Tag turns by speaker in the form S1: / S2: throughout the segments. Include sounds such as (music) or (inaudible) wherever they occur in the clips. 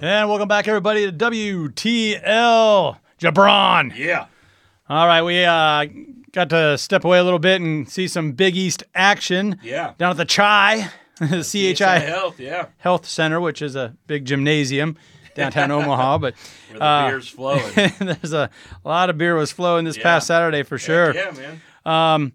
S1: And welcome back, everybody, to WTL Jabron.
S2: Yeah.
S1: All right, we uh, got to step away a little bit and see some Big East action.
S2: Yeah.
S1: Down at (laughs) the Chai,
S2: PHI
S1: CHI
S2: Health, yeah.
S1: Health Center, which is a big gymnasium
S2: (laughs)
S1: downtown Omaha. But (laughs)
S2: Where the
S1: uh,
S2: beer's flowing.
S1: there's a, a lot of beer was flowing this
S2: Yeah.
S1: past Saturday for (laughs) sure.
S2: Yeah, man.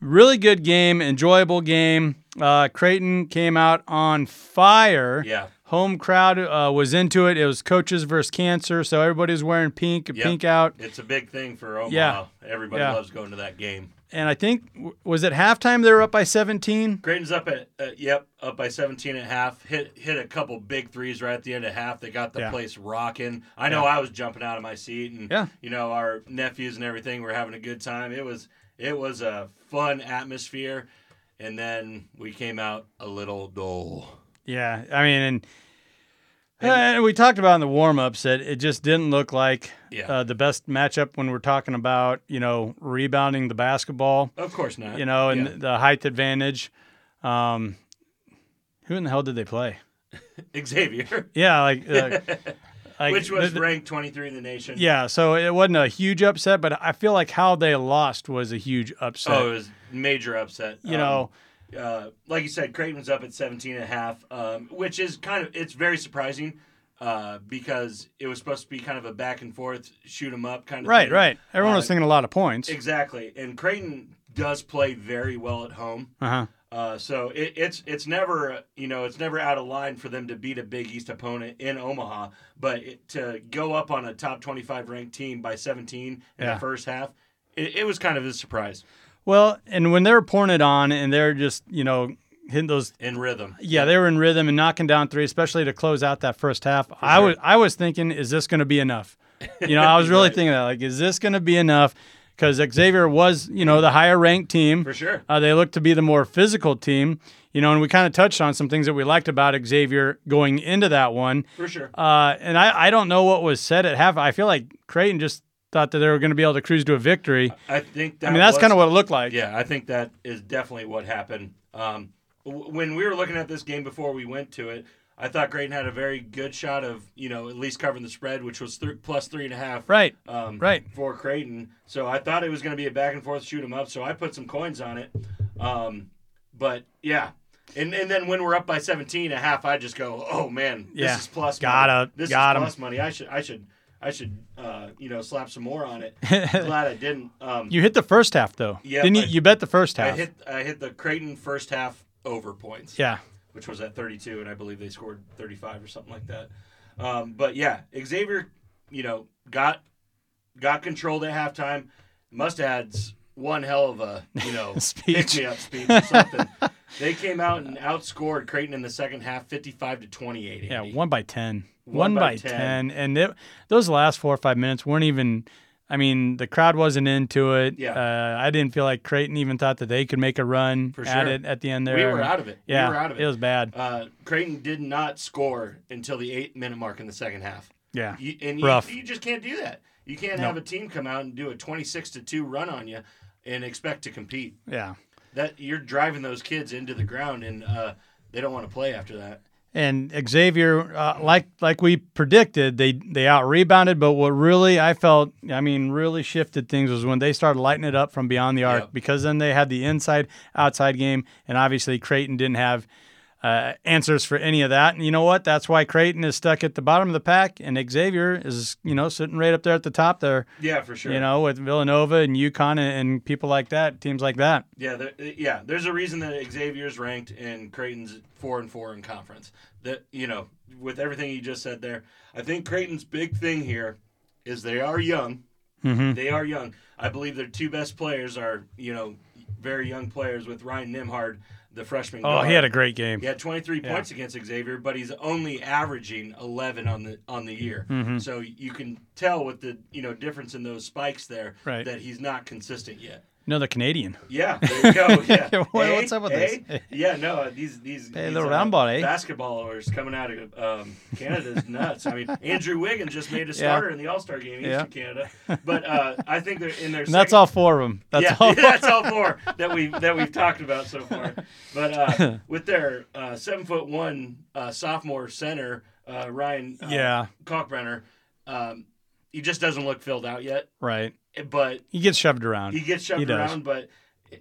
S1: Really good game, enjoyable game. Uh, Creighton came out on fire.
S2: Yeah.
S1: Home crowd uh, was into it. It was coaches versus cancer, so everybody's wearing pink, pink out.
S2: It's a big thing for Omaha.
S1: Yeah.
S2: Everybody
S1: Yeah.
S2: loves going to that game.
S1: And I think w- was it halftime they were up by 17.
S2: Creighton's up at uh, yep, up by 17 at half. Hit hit a couple big threes right at the end of half. They got the
S1: Yeah.
S2: place rocking. I know I was jumping out of my seat and
S1: Yeah.
S2: you know our nephews and everything were having a good time. It was it was a fun atmosphere and then we came out a little dull.
S1: Yeah, I mean, and, and we talked about in the warm ups that it just didn't look like
S2: Yeah.
S1: uh, the best matchup when we're talking about you know rebounding the basketball,
S2: Of course not.
S1: you know, and
S2: Yeah.
S1: the height advantage. Um, who in the hell did they play?
S2: Xavier,
S1: Yeah, like,
S2: (laughs)
S1: uh, (laughs) like
S2: which was
S1: the- the-
S2: ranked 23 in the nation.
S1: yeah. So it wasn't a huge upset, but I feel like how they lost was a huge upset.
S2: Oh, it was major upset.
S1: you
S2: Um,
S1: know,
S2: uh, like you said, Creighton's up at 17 and a half, um, which is kind of it's very surprising uh, because it was supposed to be kind of a back and forth, shoot 'em up kind of
S1: right,
S2: thing.
S1: right. Everyone was
S2: uh,
S1: thinking a lot of points.
S2: Exactly, and Creighton does play very well at home.
S1: Uh huh.
S2: Uh, so it, it's it's never uh, you know it's never out of line for them to beat a Big East opponent in Omaha, but it, to go up on a top twenty five ranked team by seventeen in
S1: Yeah.
S2: the first half, it, it was kind of a surprise
S1: Well, and when they're pouring it on and they're just, you know, hitting those
S2: in rhythm.
S1: yeah, they were in rhythm and knocking down three, especially to close out that first half. I was I was thinking, is this going to be enough? You know, I
S2: (laughs)
S1: was really
S2: Right.
S1: thinking that, like, is this going to be enough? Because Xavier was, you know, the higher ranked team.
S2: For sure.
S1: Uh, they looked to be the more physical team, you know, and we kind of touched on some things that we liked about Xavier going into that one.
S2: For sure.
S1: Uh, and I, I don't know what was said at half. I feel like Creighton just thought that they were going to be able to cruise to a victory.
S2: I think that
S1: I mean, that's
S2: was-
S1: kind of what it looked like.
S2: Yeah, I think that is definitely what happened. Um, w- when we were looking at this game before we went to it, I thought Creighton had a very good shot of you know at least covering the spread, which was th- plus three and a half.
S1: Right.
S2: Um,
S1: Right.
S2: For Creighton, so I thought it was going to be a back and forth shoot 'em up. So I put some coins on it. Um, but yeah. And, and then when we're up by 17 and a half, I just go, oh man, this
S1: Yeah.
S2: is plus
S1: Gotta-
S2: money. This
S1: got 'em.
S2: is plus money. I should I should I should uh, you know slap some
S1: (laughs)
S2: more on it. Glad I didn't. Um,
S1: You hit the first half though.
S2: Yeah,
S1: Didn't you?
S2: I-
S1: You bet the first
S2: I
S1: half.
S2: hit I hit the Creighton first half over points,
S1: yeah.
S2: which was at 32, and I believe they scored 35 or something like that. Um, but yeah, Xavier, you know, got got controlled at halftime. Must have had s- one hell of a
S1: (laughs)
S2: you know
S1: Speech.
S2: pick me up speech or something. they came out and outscored Creighton in the second half, 55 to 28.
S1: Yeah,
S2: Andy.
S1: one by ten. One,
S2: One
S1: by
S2: by
S1: ten, and it, those last four or five minutes weren't even. I mean, the crowd wasn't into it.
S2: Yeah.
S1: uh, I didn't feel like Creighton even thought that they could make a run
S2: For
S1: at
S2: sure.
S1: it at the end there.
S2: we were out of it.
S1: Yeah,
S2: we were out of it.
S1: was bad.
S2: uh, Creighton did not score until the eight minute mark in the second half.
S1: Yeah,
S2: You, and you,
S1: Rough.
S2: you just can't do that. You can't have a team come out and do a 26 to 2 run on you and expect to compete.
S1: yeah.
S2: That you're driving those kids into the ground and uh, they don't want to play after that.
S1: And Xavier, uh, like like we predicted, they they out rebounded. But what really I felt, I mean, really shifted things was when they started lighting it up from beyond the arc
S2: Yep.
S1: because then they had the inside outside game, and obviously Creighton didn't have uh, answers for any of that. And you know what? That's why Creighton is stuck at the bottom of the pack, and Xavier is you know sitting right up there at the top there,
S2: Yeah, for sure.
S1: you know, with Villanova and UConn and, and people like that, teams like that.
S2: Yeah, there, uh, yeah. There's a reason that Xavier's ranked and Creighton's four and four in conference. That you know, with everything you just said there, I think Creighton's big thing here is they are young.
S1: Mm-hmm.
S2: They are young. I believe their two best players are you know very young players with Ryan Nimhard, the freshman.
S1: Oh, he had a great game.
S2: he had 23 points against Xavier, but he's only averaging 11 on the on the year.
S1: Mm-hmm.
S2: So you can tell with the you know difference in those spikes there
S1: Right.
S2: that he's not consistent yet.
S1: Another Canadian.
S2: Yeah, there
S1: (laughs)
S2: you go. Yeah.
S1: What- what's up with
S2: Eh?
S1: this? (laughs)
S2: Yeah, no, uh, these these,
S1: Hey,
S2: these,
S1: little round ball, eh?
S2: basketballers coming out of um, Canada's nuts.
S1: (laughs)
S2: I mean, Andrew Wiggins just made a starter in the All Star game
S1: Yeah.
S2: against Canada, but uh, I think they're
S1: (laughs)
S2: in their.
S1: And that's
S2: second-
S1: all four of them. (laughs) That's
S2: yeah,
S1: all.
S2: (laughs) that's all four that we that we've talked about
S1: (laughs)
S2: so far. But uh, with their uh, seven foot one uh, sophomore center uh, Ryan uh,
S1: yeah,
S2: Kalkbrenner, um, he just doesn't look filled out yet.
S1: right.
S2: But
S1: He gets shoved around.
S2: he gets shoved
S1: He does.
S2: around, but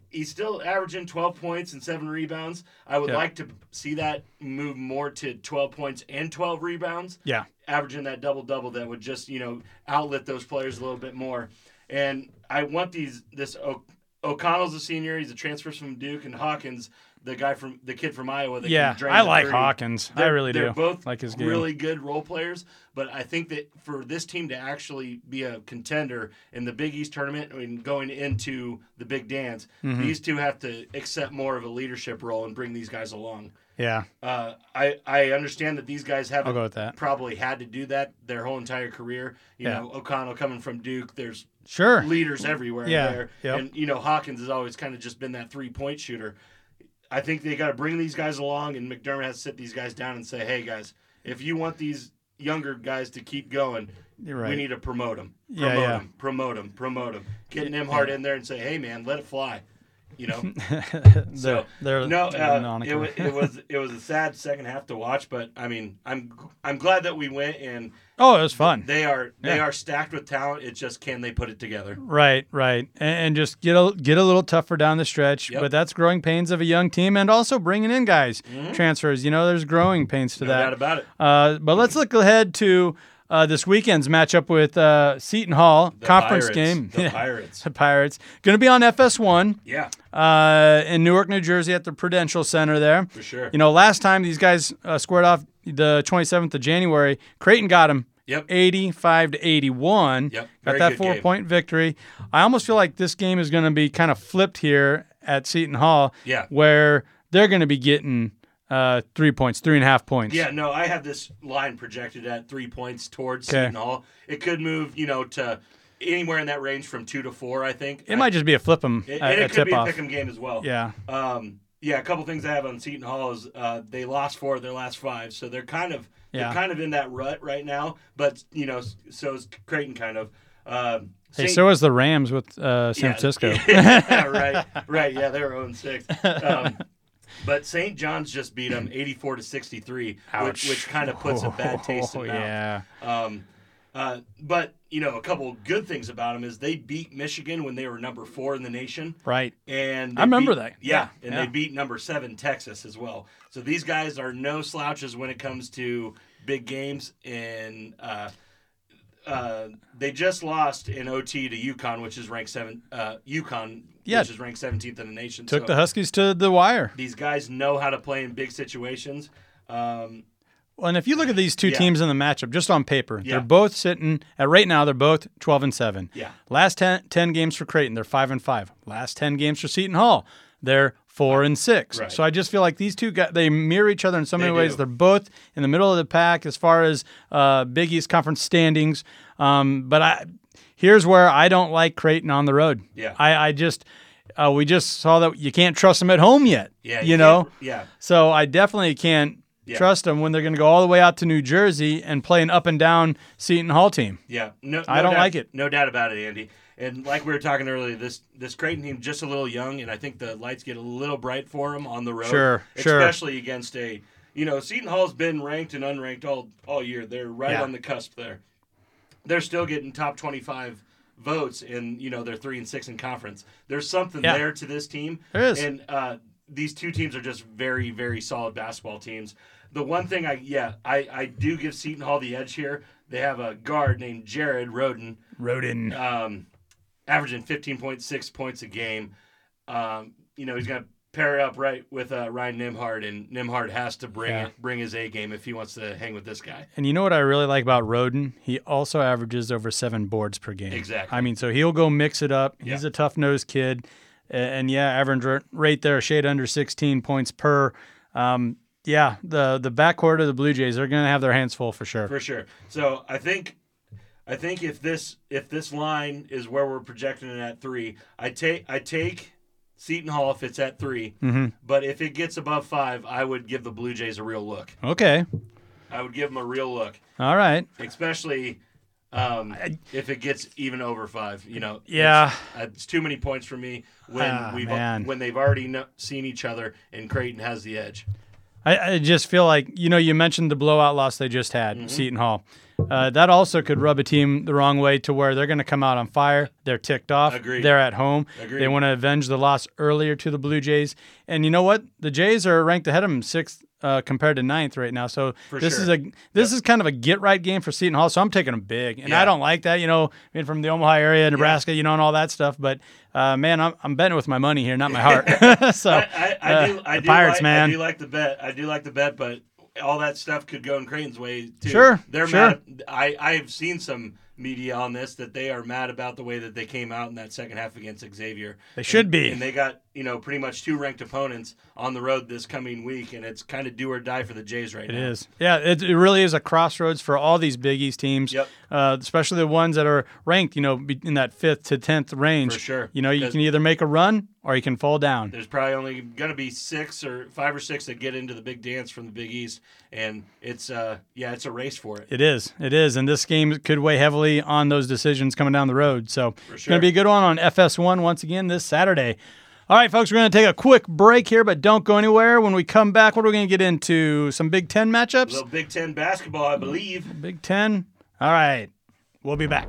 S2: he's still averaging 12 points and seven rebounds. I would
S1: Yeah.
S2: like to see that move more to 12 points and 12 rebounds,
S1: yeah,
S2: averaging that double double that would just you know outlet those players a little bit more. And I want these this o- O'Connell's a senior. He's a transfer from Duke, and Hawkins, the guy from the kid from Iowa. That
S1: yeah.
S2: can drain
S1: I
S2: the
S1: like
S2: 30.
S1: Hawkins. I
S2: They're-
S1: really
S2: they're
S1: do.
S2: Both
S1: like his game.
S2: really good role players, but I think that for this team to actually be a contender in the Big East tournament I mean, going into the Big Dance,
S1: Mm-hmm.
S2: these two have to accept more of a leadership role and bring these guys along.
S1: yeah,
S2: Uh, I I understand that these guys
S1: I'll go
S2: haven't
S1: with that.
S2: probably had to do that their whole entire career. You
S1: Yeah.
S2: know, O'Connell coming from Duke, there's
S1: Sure.
S2: leaders everywhere
S1: Yeah,
S2: there.
S1: yep.
S2: And you know, Hawkins has always kind of just been that three point shooter. I think they got to bring these guys along, and McDermott has to sit these guys down and say, "Hey, guys, if you want these younger guys to keep going,
S1: You're right.
S2: we need to promote them. Promote
S1: Yeah, yeah.
S2: them. Promote them. Promote them. Get Nimhard in there and say, "Hey, man, let it fly." You know,
S1: (laughs) they're, they're
S2: no,
S1: they're
S2: uh, it,
S1: nonical. (laughs)
S2: wa- it was it was a sad second half to watch, but I mean, I'm I'm glad that we went, and
S1: oh, it was fun.
S2: they are they
S1: Yeah.
S2: are stacked with talent. It's just can they put it together?
S1: Right, right, and, and just get a get a little tougher down the stretch.
S2: Yep.
S1: But that's growing pains of a young team, and also bringing in guys transfers. You know, there's growing pains to
S2: Mm-hmm. No doubt
S1: that.
S2: about it.
S1: Uh, but let's look ahead to uh, this weekend's matchup with uh, Seton Hall
S2: The
S1: conference
S2: Pirates,
S1: game. (laughs)
S2: The
S1: Yeah.
S2: Pirates.
S1: The Pirates going to be on FS1
S2: Yeah,
S1: uh, in Newark, New Jersey, at the Prudential Center. There,
S2: for sure.
S1: you know, last time these guys uh, squared off the 27th of January, Creighton got them
S2: yep.
S1: 85 to 81.
S2: Yep.
S1: Got
S2: Very
S1: that
S2: good
S1: four
S2: game.
S1: point victory. I almost feel like this game is going to be kind of flipped here at Seton Hall,
S2: Yeah.
S1: where they're going to be getting uh, three points, three and a half points.
S2: Yeah, no, I have this line projected at three points towards
S1: 'Kay.
S2: Seton Hall. It could move, you know, to anywhere in that range from two to four. I think
S1: It might just be a flip 'em,
S2: It, and
S1: a, a
S2: it could
S1: tip
S2: be a
S1: off.
S2: pick'em game as well.
S1: Yeah.
S2: Um, yeah, a couple things I have on Seton Hall is uh, they lost four of their last five, so they're kind of
S1: Yeah.
S2: they're kind of in that rut right now. But you know, s- so is Creighton kind of. Um,
S1: Hey,
S2: Saint-
S1: so is the Rams with uh, San Francisco.
S2: yeah, right, right. Yeah, they were 0 6.
S1: (laughs)
S2: Um, but St. John's just beat them 84 to 63, (laughs) which,
S1: Ouch.
S2: which kind of puts a bad taste
S1: (laughs)
S2: in
S1: Oh,
S2: mouth.
S1: yeah.
S2: Um, uh, but, you know, a couple good things about them is they beat Michigan when they were number four in the nation.
S1: Right.
S2: And they
S1: I remember
S2: beat-
S1: that.
S2: Yeah,
S1: Yeah,
S2: and
S1: yeah.
S2: they beat number seven Texas as well. So these guys are no slouches when it comes to big games, and uh, uh, they just lost in OT to UConn, which is ranked seven. Uh, UConn,
S1: Yeah.
S2: which is ranked seventeenth in the nation.
S1: Took
S2: so
S1: the Huskies to the wire.
S2: these guys know how to play in big situations. Um,
S1: Well, and if you look at these two
S2: Yeah.
S1: teams in the matchup, just on paper,
S2: Yeah.
S1: they're both sitting at right now. They're both twelve and seven.
S2: Yeah.
S1: Last 10, 10 games for Creighton, they're five and five. Last ten games for Seton Hall, they're four and six.
S2: Right.
S1: So I just feel like these two guys they mirror each other in so many
S2: They
S1: ways.
S2: do.
S1: They're both in the middle of the pack as far as uh, Big East conference standings. Um, but I here's where I don't like Creighton on the road.
S2: Yeah.
S1: I, I just uh, we just saw that you can't trust them at home yet.
S2: yeah,
S1: you
S2: can't-
S1: know.
S2: Yeah,
S1: So I definitely can't
S2: Yeah.
S1: trust them when they're going to go all the way out to New Jersey and play an up and down Seton Hall team.
S2: Yeah, no,
S1: I
S2: no
S1: don't
S2: doubt-
S1: like it.
S2: No doubt about it, Andy. And like we were talking earlier, this this Creighton team just a little young, and I think the lights get a little bright for them on the road.
S1: Sure, sure.
S2: especially against a you know Seton Hall's been ranked and unranked all all year. They're right
S1: Yeah.
S2: on the cusp there. They're still getting top twenty five votes, and you know they're three and six in conference. There's something
S1: Yeah.
S2: there to this team.
S1: There is.
S2: and uh, these two teams are just very, very solid basketball teams. The one thing I, yeah, I, I do give Seton Hall the edge here. They have a guard named Jared Roden,
S1: Roden.
S2: um, averaging 15.6 points a game. Um, you know, he's going to pair up right with uh, Ryan Nimhard, and Nimhard has to bring
S1: Yeah.
S2: bring his A game if he wants to hang with this guy.
S1: And you know what I really like about Roden? He also averages over seven boards per game.
S2: Exactly.
S1: I mean, so he'll go mix it up. He's a tough nosed kid. A- And yeah, average r- rate there, a shade under 16 points per. Um, yeah, the, the backcourt of the Blue Jays, they're going to have their hands full for sure.
S2: for sure. So I think, I think if this if this line is where we're projecting it at three, I take I take Seton Hall if it's at 3
S1: Mm-hmm.
S2: But if it gets above five, I would give the Blue Jays a real look.
S1: Okay.
S2: I would give them a real look,
S1: All right.
S2: especially um, if it gets even over five. You know,
S1: Yeah.
S2: it's, uh, it's too many points for me when
S1: Ah,
S2: we've
S1: man.
S2: when they've already kno- seen each other and Creighton has the edge.
S1: I, I just feel like you know you mentioned the blowout loss they just had,
S2: Mm-hmm.
S1: Seton Hall. Uh, that also could rub a team the wrong way to where they're going to come out on fire. They're ticked off.
S2: Agreed.
S1: They're at home.
S2: Agreed.
S1: They want to avenge the loss earlier to the Blue Jays. And you know what? The Jays are ranked ahead of them sixth uh, compared to ninth right now. So
S2: For
S1: this
S2: sure.
S1: is a this is kind of a get right game for Seton Hall. So I'm taking them big, and I
S2: Yeah.
S1: don't like that. You know, I mean, from the Omaha area, Nebraska, you know, and all that stuff. But uh, man, I'm, I'm betting with my money here, not my
S2: (laughs)
S1: heart. (laughs) so
S2: I, I, I
S1: uh,
S2: do, I
S1: the
S2: do
S1: Pirates,
S2: like,
S1: man.
S2: I do like the bet. I do like the bet, but all that stuff could go in Creighton's way too.
S1: Sure,
S2: they're
S1: sure.
S2: mad. I I have seen some media on this that they are mad about the way that they came out in that second half against Xavier.
S1: They should
S2: And-
S1: be.
S2: And they got you know pretty much two ranked opponents on the road this coming week, and it's kind of do or die for the Jays right now.
S1: It is. Yeah, it, it really is a crossroads for all these Big East teams,
S2: Yep.
S1: uh, especially the ones that are ranked, you know, be- in that fifth to tenth range.
S2: For sure.
S1: You know, you
S2: 'Cause-
S1: can either make a run or you can fall down.
S2: There's probably only going to be six or five or six that get into the big dance from the Big East, and it's uh yeah, it's a race for it.
S1: It is. It is. And this game could weigh heavily on those decisions coming down the road. So it's going
S2: sure.
S1: to be a good one on FS1 once again this Saturday. All right, folks, we're going to take a quick break here, but don't go anywhere. When we come back, what are we going to get into? Some Big Ten matchups?
S2: Little Big Ten basketball, I believe.
S1: Big Ten? All right. We'll be back.